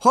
ホ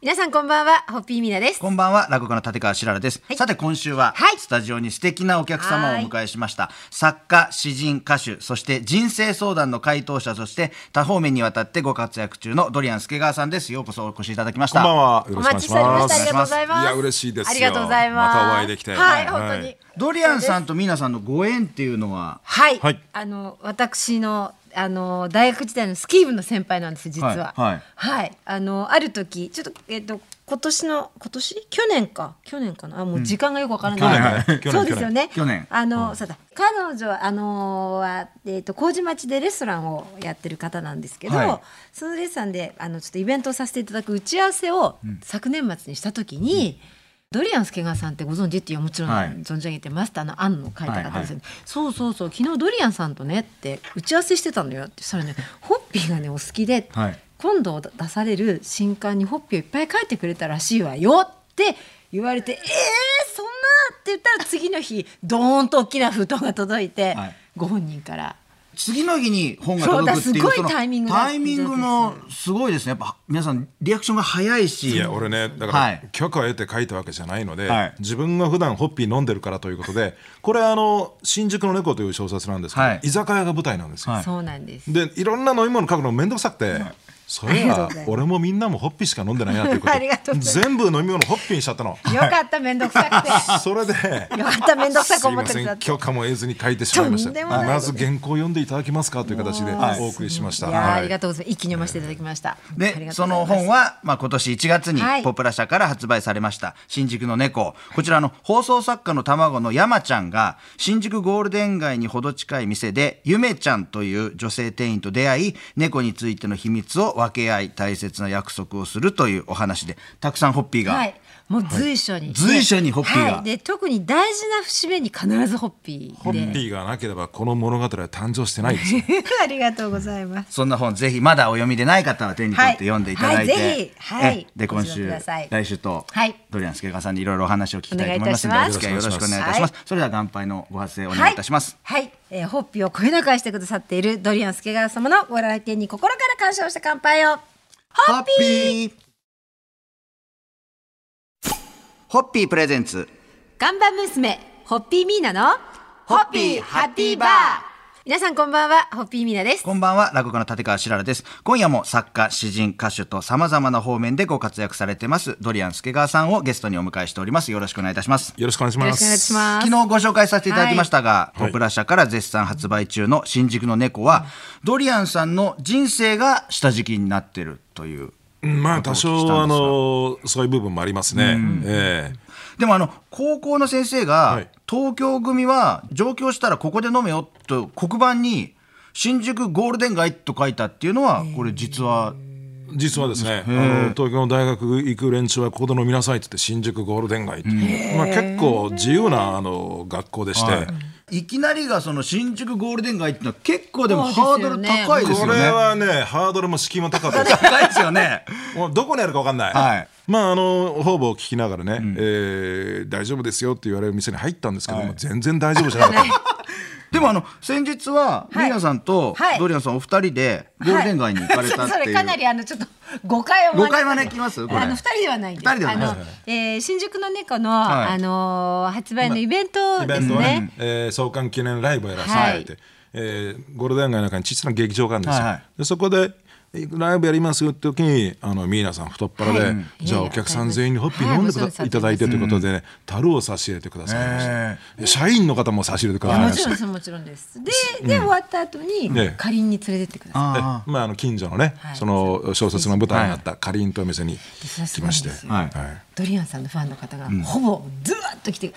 皆さんこんばんは、ホッピーミーナです。こんばんは、落語家の立川しららです。はいさて、今週は、はいスタジオに素敵なお客様をお迎えしました。作家、詩人、歌手、そして人生相談の回答者として、多方面にわたってご活躍中のドリアン助川さんです。ようこそお越しいただきましこた。んばんは。よおろしくお願待いちししておりまました。ありがとうござす。います。いや嬉しいですよありがとうございます。またお会いできてはい、はい本当に。ドリアンさん。んとミーナさんのご縁っていうのは、はい、はいあの、私の、あの、大学時代のスキー部の先輩なんです、実は。はいはいはいあの、ある時、ちょっと、えっと、今年の、今年、去年か、去年かな、あもう時間がよくわからない。去年はい去年そうですよね。去年あの、そうだ、彼女は、あのは、えっと、麹町でレストランをやってる方なんですけど。はいそのレストランであのちょっとイベントをさせていただく打ち合わせを昨年末にした時に、ドリアン助川さんってご存知っていうのはもちろんはい存じ上げてマスターの案の書いた方ですよね、そうそうそう昨日ドリアンさんとねって打ち合わせしてたのよってそしたらねホッピーがねお好きで、はい今度出される新刊にホッピーをいっぱい書いてくれたらしいわよって言われてえー、そんなって言ったら次の日ドーンと大きな封筒が届いて、はいご本人から。次の日に本が届くっていうそうだすごいそのタイミングだったんタですイミングもすごいですねやっぱ皆さんリアクションが早いしいや俺ねだはかいら許可を得て書いたわけじゃないので、はい自分が普段ホッピー飲んでるからということで これあの「新宿の猫」という小説なんですけど、はい居酒屋が舞台なんですよ、はいそうなんですでいろんな飲み物書くの面倒くさくて、それありがとうはございます俺もみんなもホッピーしか飲んでないなということ ありがとうござい全部飲み物ホッピーにしちゃったのよかった面倒くさくて。そ れでよかった面倒くさくすい思っまてせくださっんて許可も得ずに書いてしまいましたとんでもないまず原稿を読んでいただけますかという形ではいお送りしましたいやーはあいりがとうございます。一気に読ませていただきました。ありでがとそうござのいます本は、まあ、今年1月にはいポプラ社から発売されました「新宿の猫」こちらあの放送作家の卵の山ちゃんが新宿ゴールデン街にほど近い店でゆめちゃんという女性店員と出会い猫についての秘密を分け合い大切な約束をするというお話でたくさんホッピーが、はい、もう随所に、随所にホッピーがはい、で特に大事な節目に必ずホッピホーッで。ピーがなければこの物語は誕生してないですよ ありがとうございます。そんな本ぜひまだお読みでない方は手に取って読んでいただいて、はいはいぜひはいえで今ご一緒く週ださい来週と、はいドリアンスケガさんにいろいろお話を聞きたいと思いますのでお願おいい付たき合しいよますろしくお願いいたします、それでは乾杯のご発声お願いいたします、はい。えーホッピーをこよなく愛してくださっているドリアン助川様のご来店に心から感謝をして乾杯を。ホッピー。ーホッピープレゼンツガンバ娘、ホッピーミーナの、ホッピーハッピーバー。皆さんこんばんは、ホッピーミーナです。こんばんは、落語家の立川しららです。今夜も作家、詩人、歌手と様々な方面でご活躍されてます、ドリアン助川さんをゲストにお迎えしております。よろしくお願いいたします。よろしくお願いしよまろしくお願いしすます。昨日ご紹介させていただきましたが、はいポプラ社から絶賛発売中の新宿の猫は、ドリアンさんの人生が下敷きになってるという。まあ多お聞きしたんですが少あのそういう部分もありますねええでもあの、高校の先生が、はい東京組は上京したらここで飲めよと黒板に、新宿ゴールデン街と書いたっていうのは、これ実は、実はですね、あの東京の大学行く連中はここで飲みなさいって言って新宿ゴールデン街っていう、まあ、結構自由なあの学校でして、いきなりがその新宿ゴールデン街っていうのは結構でもそハーうですドよルね高いですこよね。れはねハードルも敷居も高くて高いですよね。もうどこにあるか分かんない、はいまああの方々を聞きながらね、えー大丈夫ですよって言われる店に入ったんですけども、全然大丈夫じゃなかったでもあの先日はミはいーナさんとはいドリアンさんお二人でゴールデン街に行かれたってはいそいれうかなりあのちょっと誤解を誤解招きますこれあの二人ではないんです二人ではないあの、えー新宿の猫の、はいあのー発売のイベントでイベすントはねね。えー創刊記念ライブをやらせていただいて、えーゴールデン街の中に小さな劇場があるんですよ、はいはいでそこでライブやりますよって時にあのミーナさん太っ腹で、はいじゃあいやいやお客さん全員にホッピー飲んでくだ、はいもちろんい、ただいてということで、ね、樽を差し入れてくださいました、で社員の方も差し入れてくださいもまちろしたんですもちろんです。で、で終わった後に、ねかりんに連れてってくださで あまあ、あの近所のね、はいその小説の舞台になったかりんというお店にい。それはす来ごいまんして、ですよはいはいドリアンさんのファンの方が、ほぼずわっと来て、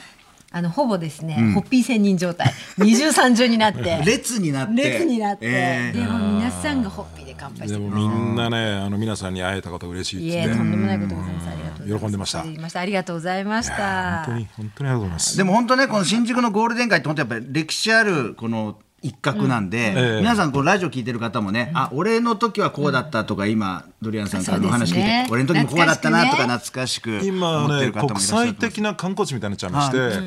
あのほぼですね、ホッピー仙人状態、二重三重にな ってー、列になって列になって、えでも皆さんがホッピーで乾杯してでくれる。もみんなねあの皆さんに会えたこと嬉しいいっつえ、ってとんでもないことでございます。ありがとうございます。喜んでました喜ありがとうございました。本当に本当にありがとうございますーでも本当ねこの新宿のゴールデン街って本当やっぱり歴史あるこの一角なんで、ええ皆さんこうラジオ聞いてる方もね、あ俺の時はこうだったとか今ドリアンさんからのお話聞いそうて、ですね俺の時もこうだったなとか懐懐かしく思今ってねる方もいら国っしゃると思いま際す的な観光地みたいになっちゃいまして、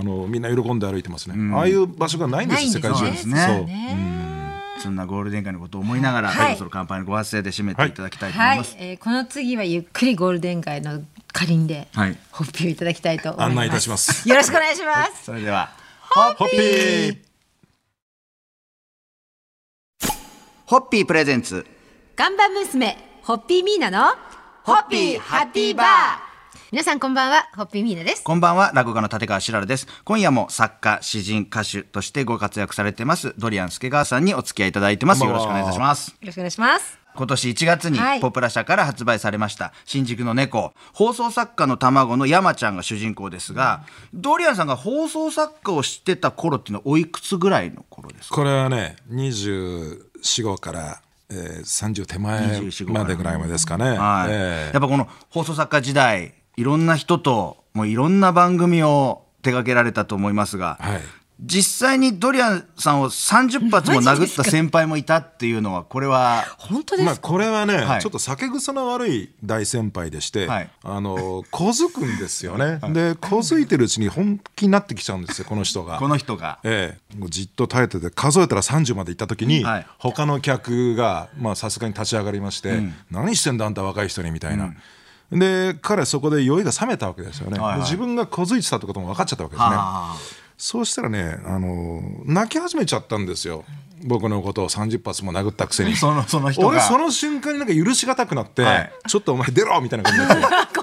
あのみんな喜んで歩いてますね、ああいう場所がないんですよ世界ない中んですねそうですねそうねそんなゴールデン街のことを思いながら、はいそろそろ乾杯のご発声で締めていただきたいと思はいいます。、えーこの次はゆっくりゴールデン街のかりんで、はいホッピーをいただきたいと思います。案内いたします。よろしくお願いします。それでは、ホホッピーホッピープレゼンツ。ガンバ娘、ホッピーミーナの、ホッピーハッピーバー皆さんこんばんは、ホッピーミーナです。こんばんは、落語家の立川しららです。今夜も作家、詩人、歌手としてご活躍されてます、ドリアン助川さんにお付き合いいただいてます。こんよばろんはしくお願いいたします。よろしくお願いします。今年1月にはいポプラ社から発売されました、新宿の猫放送作家の卵の山ちゃんが主人公ですが、ドリアンさんが放送作家を知ってた頃っていうのはおいくつぐらいの頃ですかこれはね、24、5から、えー、30手前24までぐらいまでですかね。はい、やえっーぱこの放送作家時代いろんな人ともういろんな番組を手掛けられたと思いますが、はい実際にドリアンさんを30発もマ殴ジでっすたか先輩もいたっていうのはこれは本当ですまあ、か、これはね、はいちょっと酒癖の悪い大先輩でして、はいあの小づくんですよ ね、で小づいてるうちに本気になってきちゃうんですよこの人がこの人がええ、もうじっと耐えてて数えたら30まで行った時に、はい他の客がまあさすがに立ち上がりまして、何してんだあんた若い人にみたいな。で彼はそこで酔いが冷めたわけですよね、はいはいで自分が小づいてたってことも分かっちゃったわけですねあそうしたらね、あの泣き始めちゃったんですよ僕のことを30発も殴ったくせ にそのその人が俺その瞬間になんか許しがたくなって、はいちょっとお前出ろみたいな感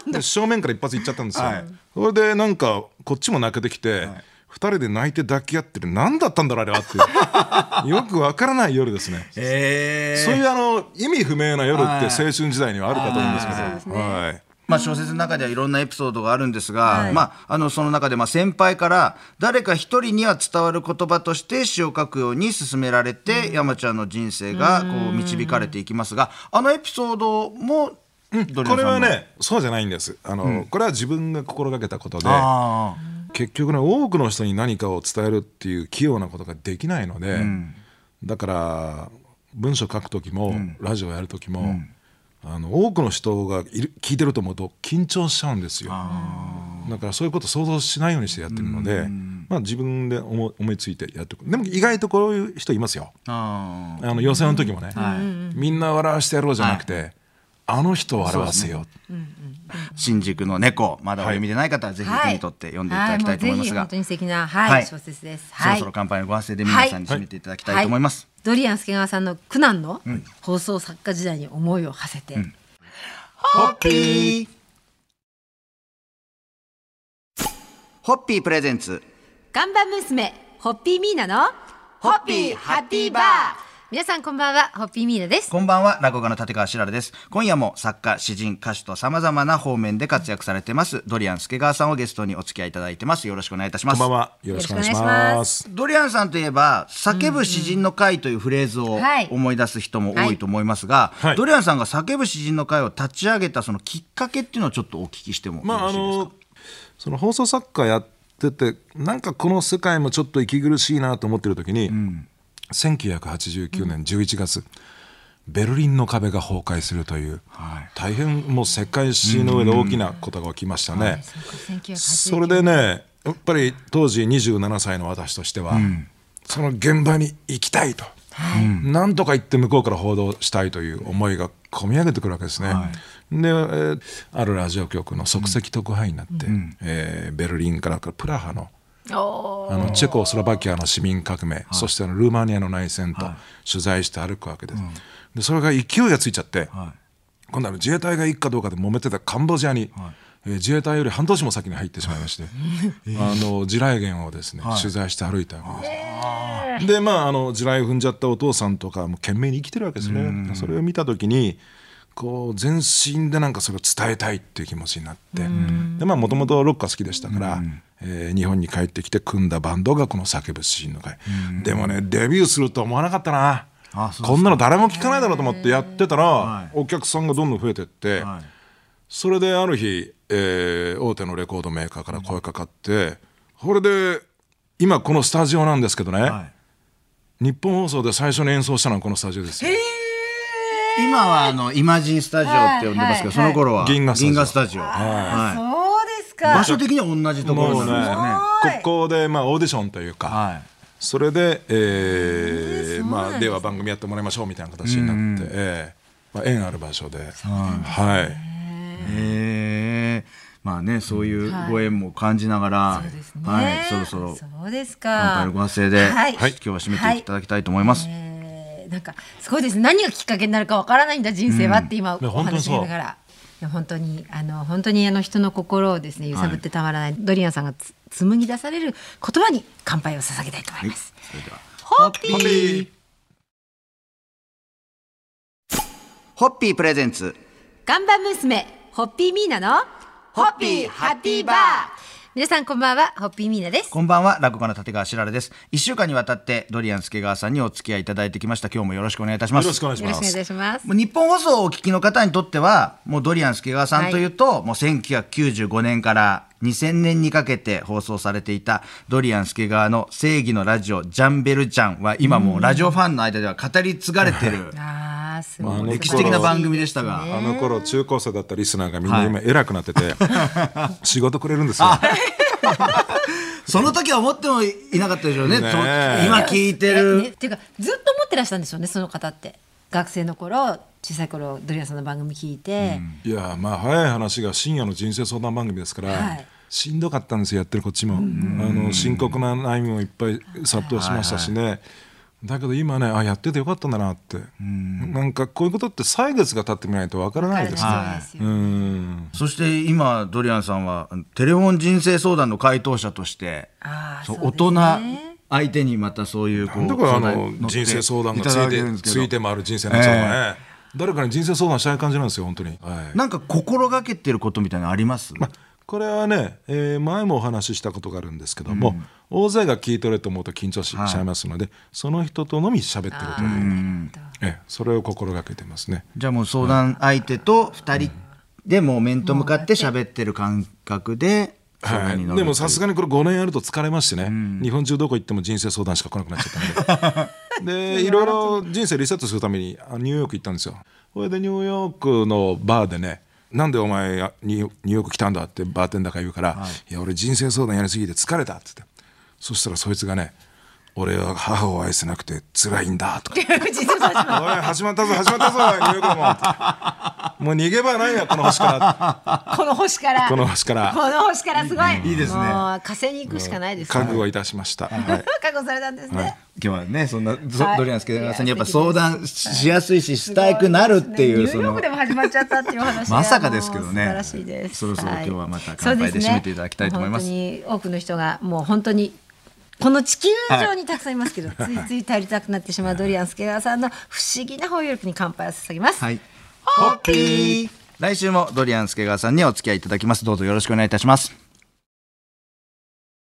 じでで正面から一発いっちゃったんですよ、はいそれでなんかこっちも泣けてきて、二人で泣いて抱き合ってる何だったんだろうあれはっていうよくわからない夜ですね、えそういうあの意味不明な夜ってはい青春時代にはあるかと思うんですけど、はいそうですねはいまあ、小説の中ではいろんなエピソードがあるんですが、はいまあ、あのその中でまあ先輩から誰か一人には伝わる言葉として詩を書くように勧められて、山ちゃんの人生がこう導かれていきますがあのエピソードもドリアンさこれんのはねそうじゃないんですあの、これは自分が心がけたことであ結局ね多くの人に何かを伝えるっていう器用なことができないので、だから文章書く時も、ラジオやる時も、あの多くの人がいる聞いてると思うと緊張しちゃうんですよだからそういうこと想像しないようにしてやってるので、まあ、自分で思い思いついてやってくでも意外とこういう人いますよーあーあの予選の時もね、みんな笑わしてやろうじゃなくて、あの人を笑わせよう新宿の猫まだお読みでない方はぜひ手に取って読んでいただきたいと思いますはもうぜひが、本当に素敵な、はいはい小説です。そろそろ乾杯のご発声で皆さんに締めていただきたいと思います、ドリアン助川さんの苦難の放送作家時代に思いを馳せて、ホッピーホッピープレゼンツガンバ娘、ホッピーミーナの、ホッピーハッピーバー皆さんこんばんは、ホッピーミーナです。こんばんは、落語家の立川しららです。今夜も作家、詩人、歌手と様々な方面で活躍されてます、ドリアン助川さんをゲストにお付き合いいただいてます。よろしくお願いいたしまこす。んばんはよろしくお願いしよろしくお願いしまますドリアンさんといえば、叫ぶ詩人の会というフレーズをはい思い出す人も多いと思いますが、はいドリアンさんが叫ぶ詩人の会を立ち上げたそのきっかけっていうのをちょっとお聞きしてもよまあろあしいですか、のその放送作家やっててなんかこの世界もちょっと息苦しいなと思ってる時に、1989年11月、ベルリンの壁が崩壊するという、はい大変もう世界史の上で大きなことが起きましたね。 1989それでねやっぱり当時27歳の私としては、その現場に行きたいと、なんとか行って向こうから報道したいという思いが込み上げてくるわけですね。で、えーあるラジオ局の即席特派員になって、えーベルリンからプラハのあのチェコスロバキアの市民革命、そしてあのルーマニアの内戦と取材して歩くわけです。でそれが勢いがついちゃって、今度は自衛隊が行くかどうかで揉めてたカンボジアに、えー自衛隊より半年も先に入ってしまいまして、あの地雷原をですね、取材して歩いたわけです。でまああの地雷踏んじゃったお父さんとかも懸命に生きてるわけですね。それを見た時にこう全身でなんかそれを伝えたいっていう気持ちになってでまあもともとロックが好きでしたから、えー日本に帰ってきて組んだバンドがこの「叫ぶシーンの会」でもねデビューするとは思わなかったなあそうですかこんなの誰も聞かないだろうと思ってやってたら、お客さんがどんどん増えてって、はいそれである日、えー大手のレコードメーカーから声かかってこれで今このスタジオなんですけどね、はい日本放送で最初に演奏したのはこのスタジオですよ。今はあのイマジンスタジオって呼んでますけど、その頃は銀河スタジオスタジオ。はいそうです場か。所的には同じところなもうんねですよね。ここでまあオーディションというか、はいそれで、えーままあ、では番組やってもらいましょうみたいな形になって、ええまあ、縁ある場所で、はいへえまあねそういうご縁も感じながら、そうですね。はい、そろそろそうです乾か杯。のご発声で、はい今日は締めていただきたいと思います。えーなんかすごいですね何がきっかけになるかわからないんだ人生はって今ねお話ししながら。いや本当にあの本当にあの人の心をですね揺さぶってたまらない、ドリアンさんがつ紡ぎ出される言葉に乾杯を捧げたいと思います。それではホッピーホッピープレゼンツガンバ娘、ホッピーミーナの、ホッピーハッピーバー皆さんこんばんは、ホッピーミーナです。こんばんは落語家の立川しららです一週間にわたってドリアン助川さんにお付き合いいただいてきました今日もよろしくお願いいたしよますろしくお願いしよろましくお願いいすたします。もう日本放送をお聞きの方にとってはもうドリアン助川さんというと、もう1995年から2000年にかけて放送されていたドリアン助川の正義のラジオジャンベルちゃんは今もうラジオファンの間では語り継がれてるああ、すごい、まあ歴史的な番組でしたが、あの頃中高生だったリスナーがみんな今偉くなってて、 仕事くれるんですよ。その時は思ってもいなかったでしょうねねえと今聞いてる、ねっていうか、ずっと思ってらしたんでしょうね、その方って。学生の頃、小さい頃、ドリアンさんの番組聞いて。いやまあ早い話が深夜の人生相談番組ですから、はいしんどかったんですよやってるこっちも、あの深刻な悩みもいっぱい殺到しましたしね、だけど今ねあやっててよかったんだなって、なんかこういうことって歳月が経ってみないとわからないですね。わからないですようんそして今ドリアンさんはあのテレフォン人生相談の回答者としてあーそうそうですね大人相手にまたそういうこうだからあ相談のに乗って人生相談がつだいけてるんですけどついて回る人生なんですよね、誰かに人生相談したい感じなんですよ本当に。はいなんか心がけてることみたいなのあります、まあこれはね、えー前もお話ししたことがあるんですけども、大勢が聞いてると思うと緊張し,、ちゃいますのでその人とのみ喋ってるという、ええそれを心がけてますね。じゃあもう相談相手と二人でもう面と向かって喋ってる感覚で相は談い、に乗るってでいうもさすがにこれ5年やると疲れましてね、日本中どこ行っても人生相談しか来なくなっちゃったんででいろいろ人生リセットするためにあニューヨーク行ったんですよそれでニューヨークのバーでねなんでお前あニューニューヨーク来たんだってバーテンダーが言うから、い、や俺人生相談やりすぎて疲れたって言ってそしたらそいつがね俺は母を愛せなくて辛いんだとか実は最初おい始まったぞ始まったぞニューヨークももう逃げ場ないやこの星から この星から。この星からこの星からすごい。いいですねもう火星に行くし かないですね。覚悟いたしました、はい覚悟されたんですね。今日はねそんな、そはいドリアン助川さんにやっぱいや素敵相です談ししやすいししたくなるっていうニュそーヨーのクでも始まっちゃったっていう話がまさかですけどねもう素晴らしいですそろそろはい今日はまた乾杯でそうす締めていただきたいと思いますもう本当に多くの人がもう本当にこの地球上にたくさんいますけど、ついつい足りたくなってしまうドリアン助川さんの不思議な包容力に乾杯を捧げます、はい。ホッピー来週もドリアン助川さんにお付き合いいただきます。どうぞよろしくお願いいたします。